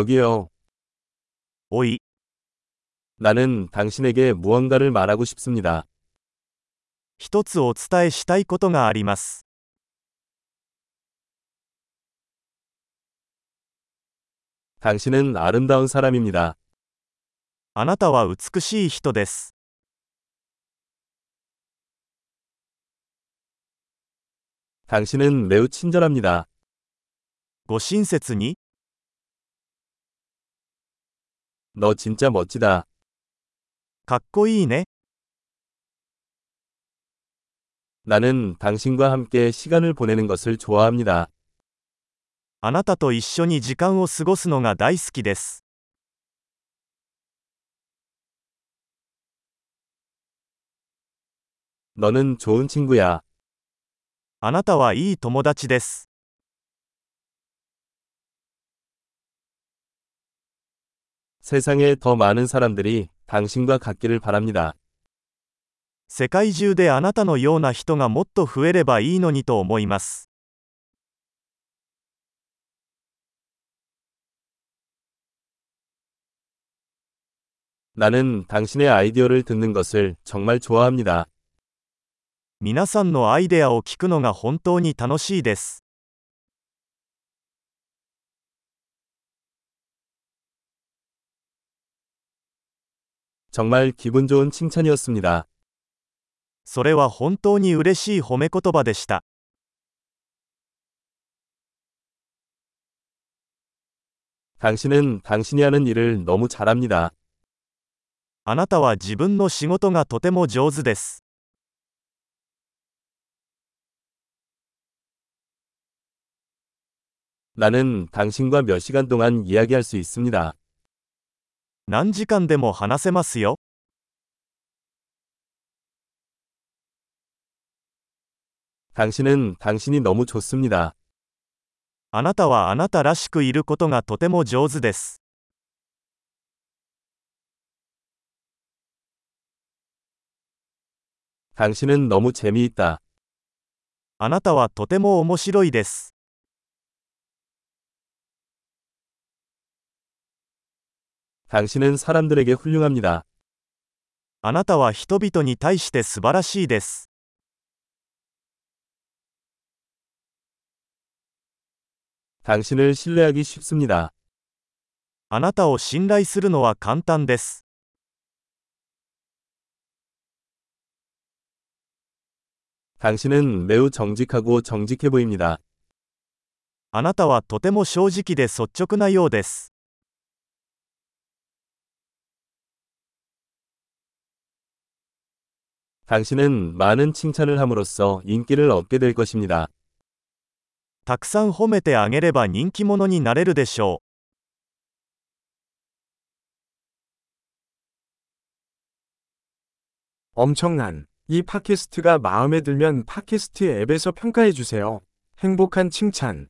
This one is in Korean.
여기요. おい、 나는 당신에게 무언가를 말하고 싶습니다. 一つお伝えしたいことがあります。 당신은 아름다운 사람입니다. あなたは美しい人です。 당신은 매우 친절합니다. ご親切に、 너 진짜 멋지다. かっこいいね。 나는 당신과 함께 시간을 보내는 것을 좋아합니다. あなたと一緒に時間を過ごすのが大好きです。 너는 좋은 친구야. あなたはいい友達です。 세상에 더 많은 사람들이 당신과 같기를 바랍니다. 世界中であなたのような人がもっと増えればいいのにと思います。 나는 당신의 아이디어를 듣는 것을 정말 좋아합니다. 皆さんのアイデアを聞くのが本当に楽しいです。 정말 기분 좋은 칭찬이었습니다. それは本当に嬉しい褒め言葉でした。 당신은 당신이 하는 일을 너무 잘합니다. あなたは自分の仕事がとても上手です。 나는 당신과 몇 시간 동안 이야기할 수 있습니다. 何時間でも話せますよ。 당신은 당신이 너무 좋습니다. あなたはあなたらしくいることがとても上手です。 당신은 너무 재미있다. あなたはとても面白いです。 당신은 사람들에게 훌륭합니다. あなたは人々に対して素晴らしいです。 당신을 신뢰하기 쉽습니다. あなたを信頼するのは簡単です。 당신은 매우 정직하고 정직해 보입니다. あなたはとても正直で率直なようです。 당신은 많은 칭찬을 함으로써 인기를 얻게 될 것입니다. たくさん褒めてあげれば人気者になれるでしょう。 엄청난 이 팟캐스트가 마음에 들면 팟캐스트 앱에서 평가해 주세요. 행복한 칭찬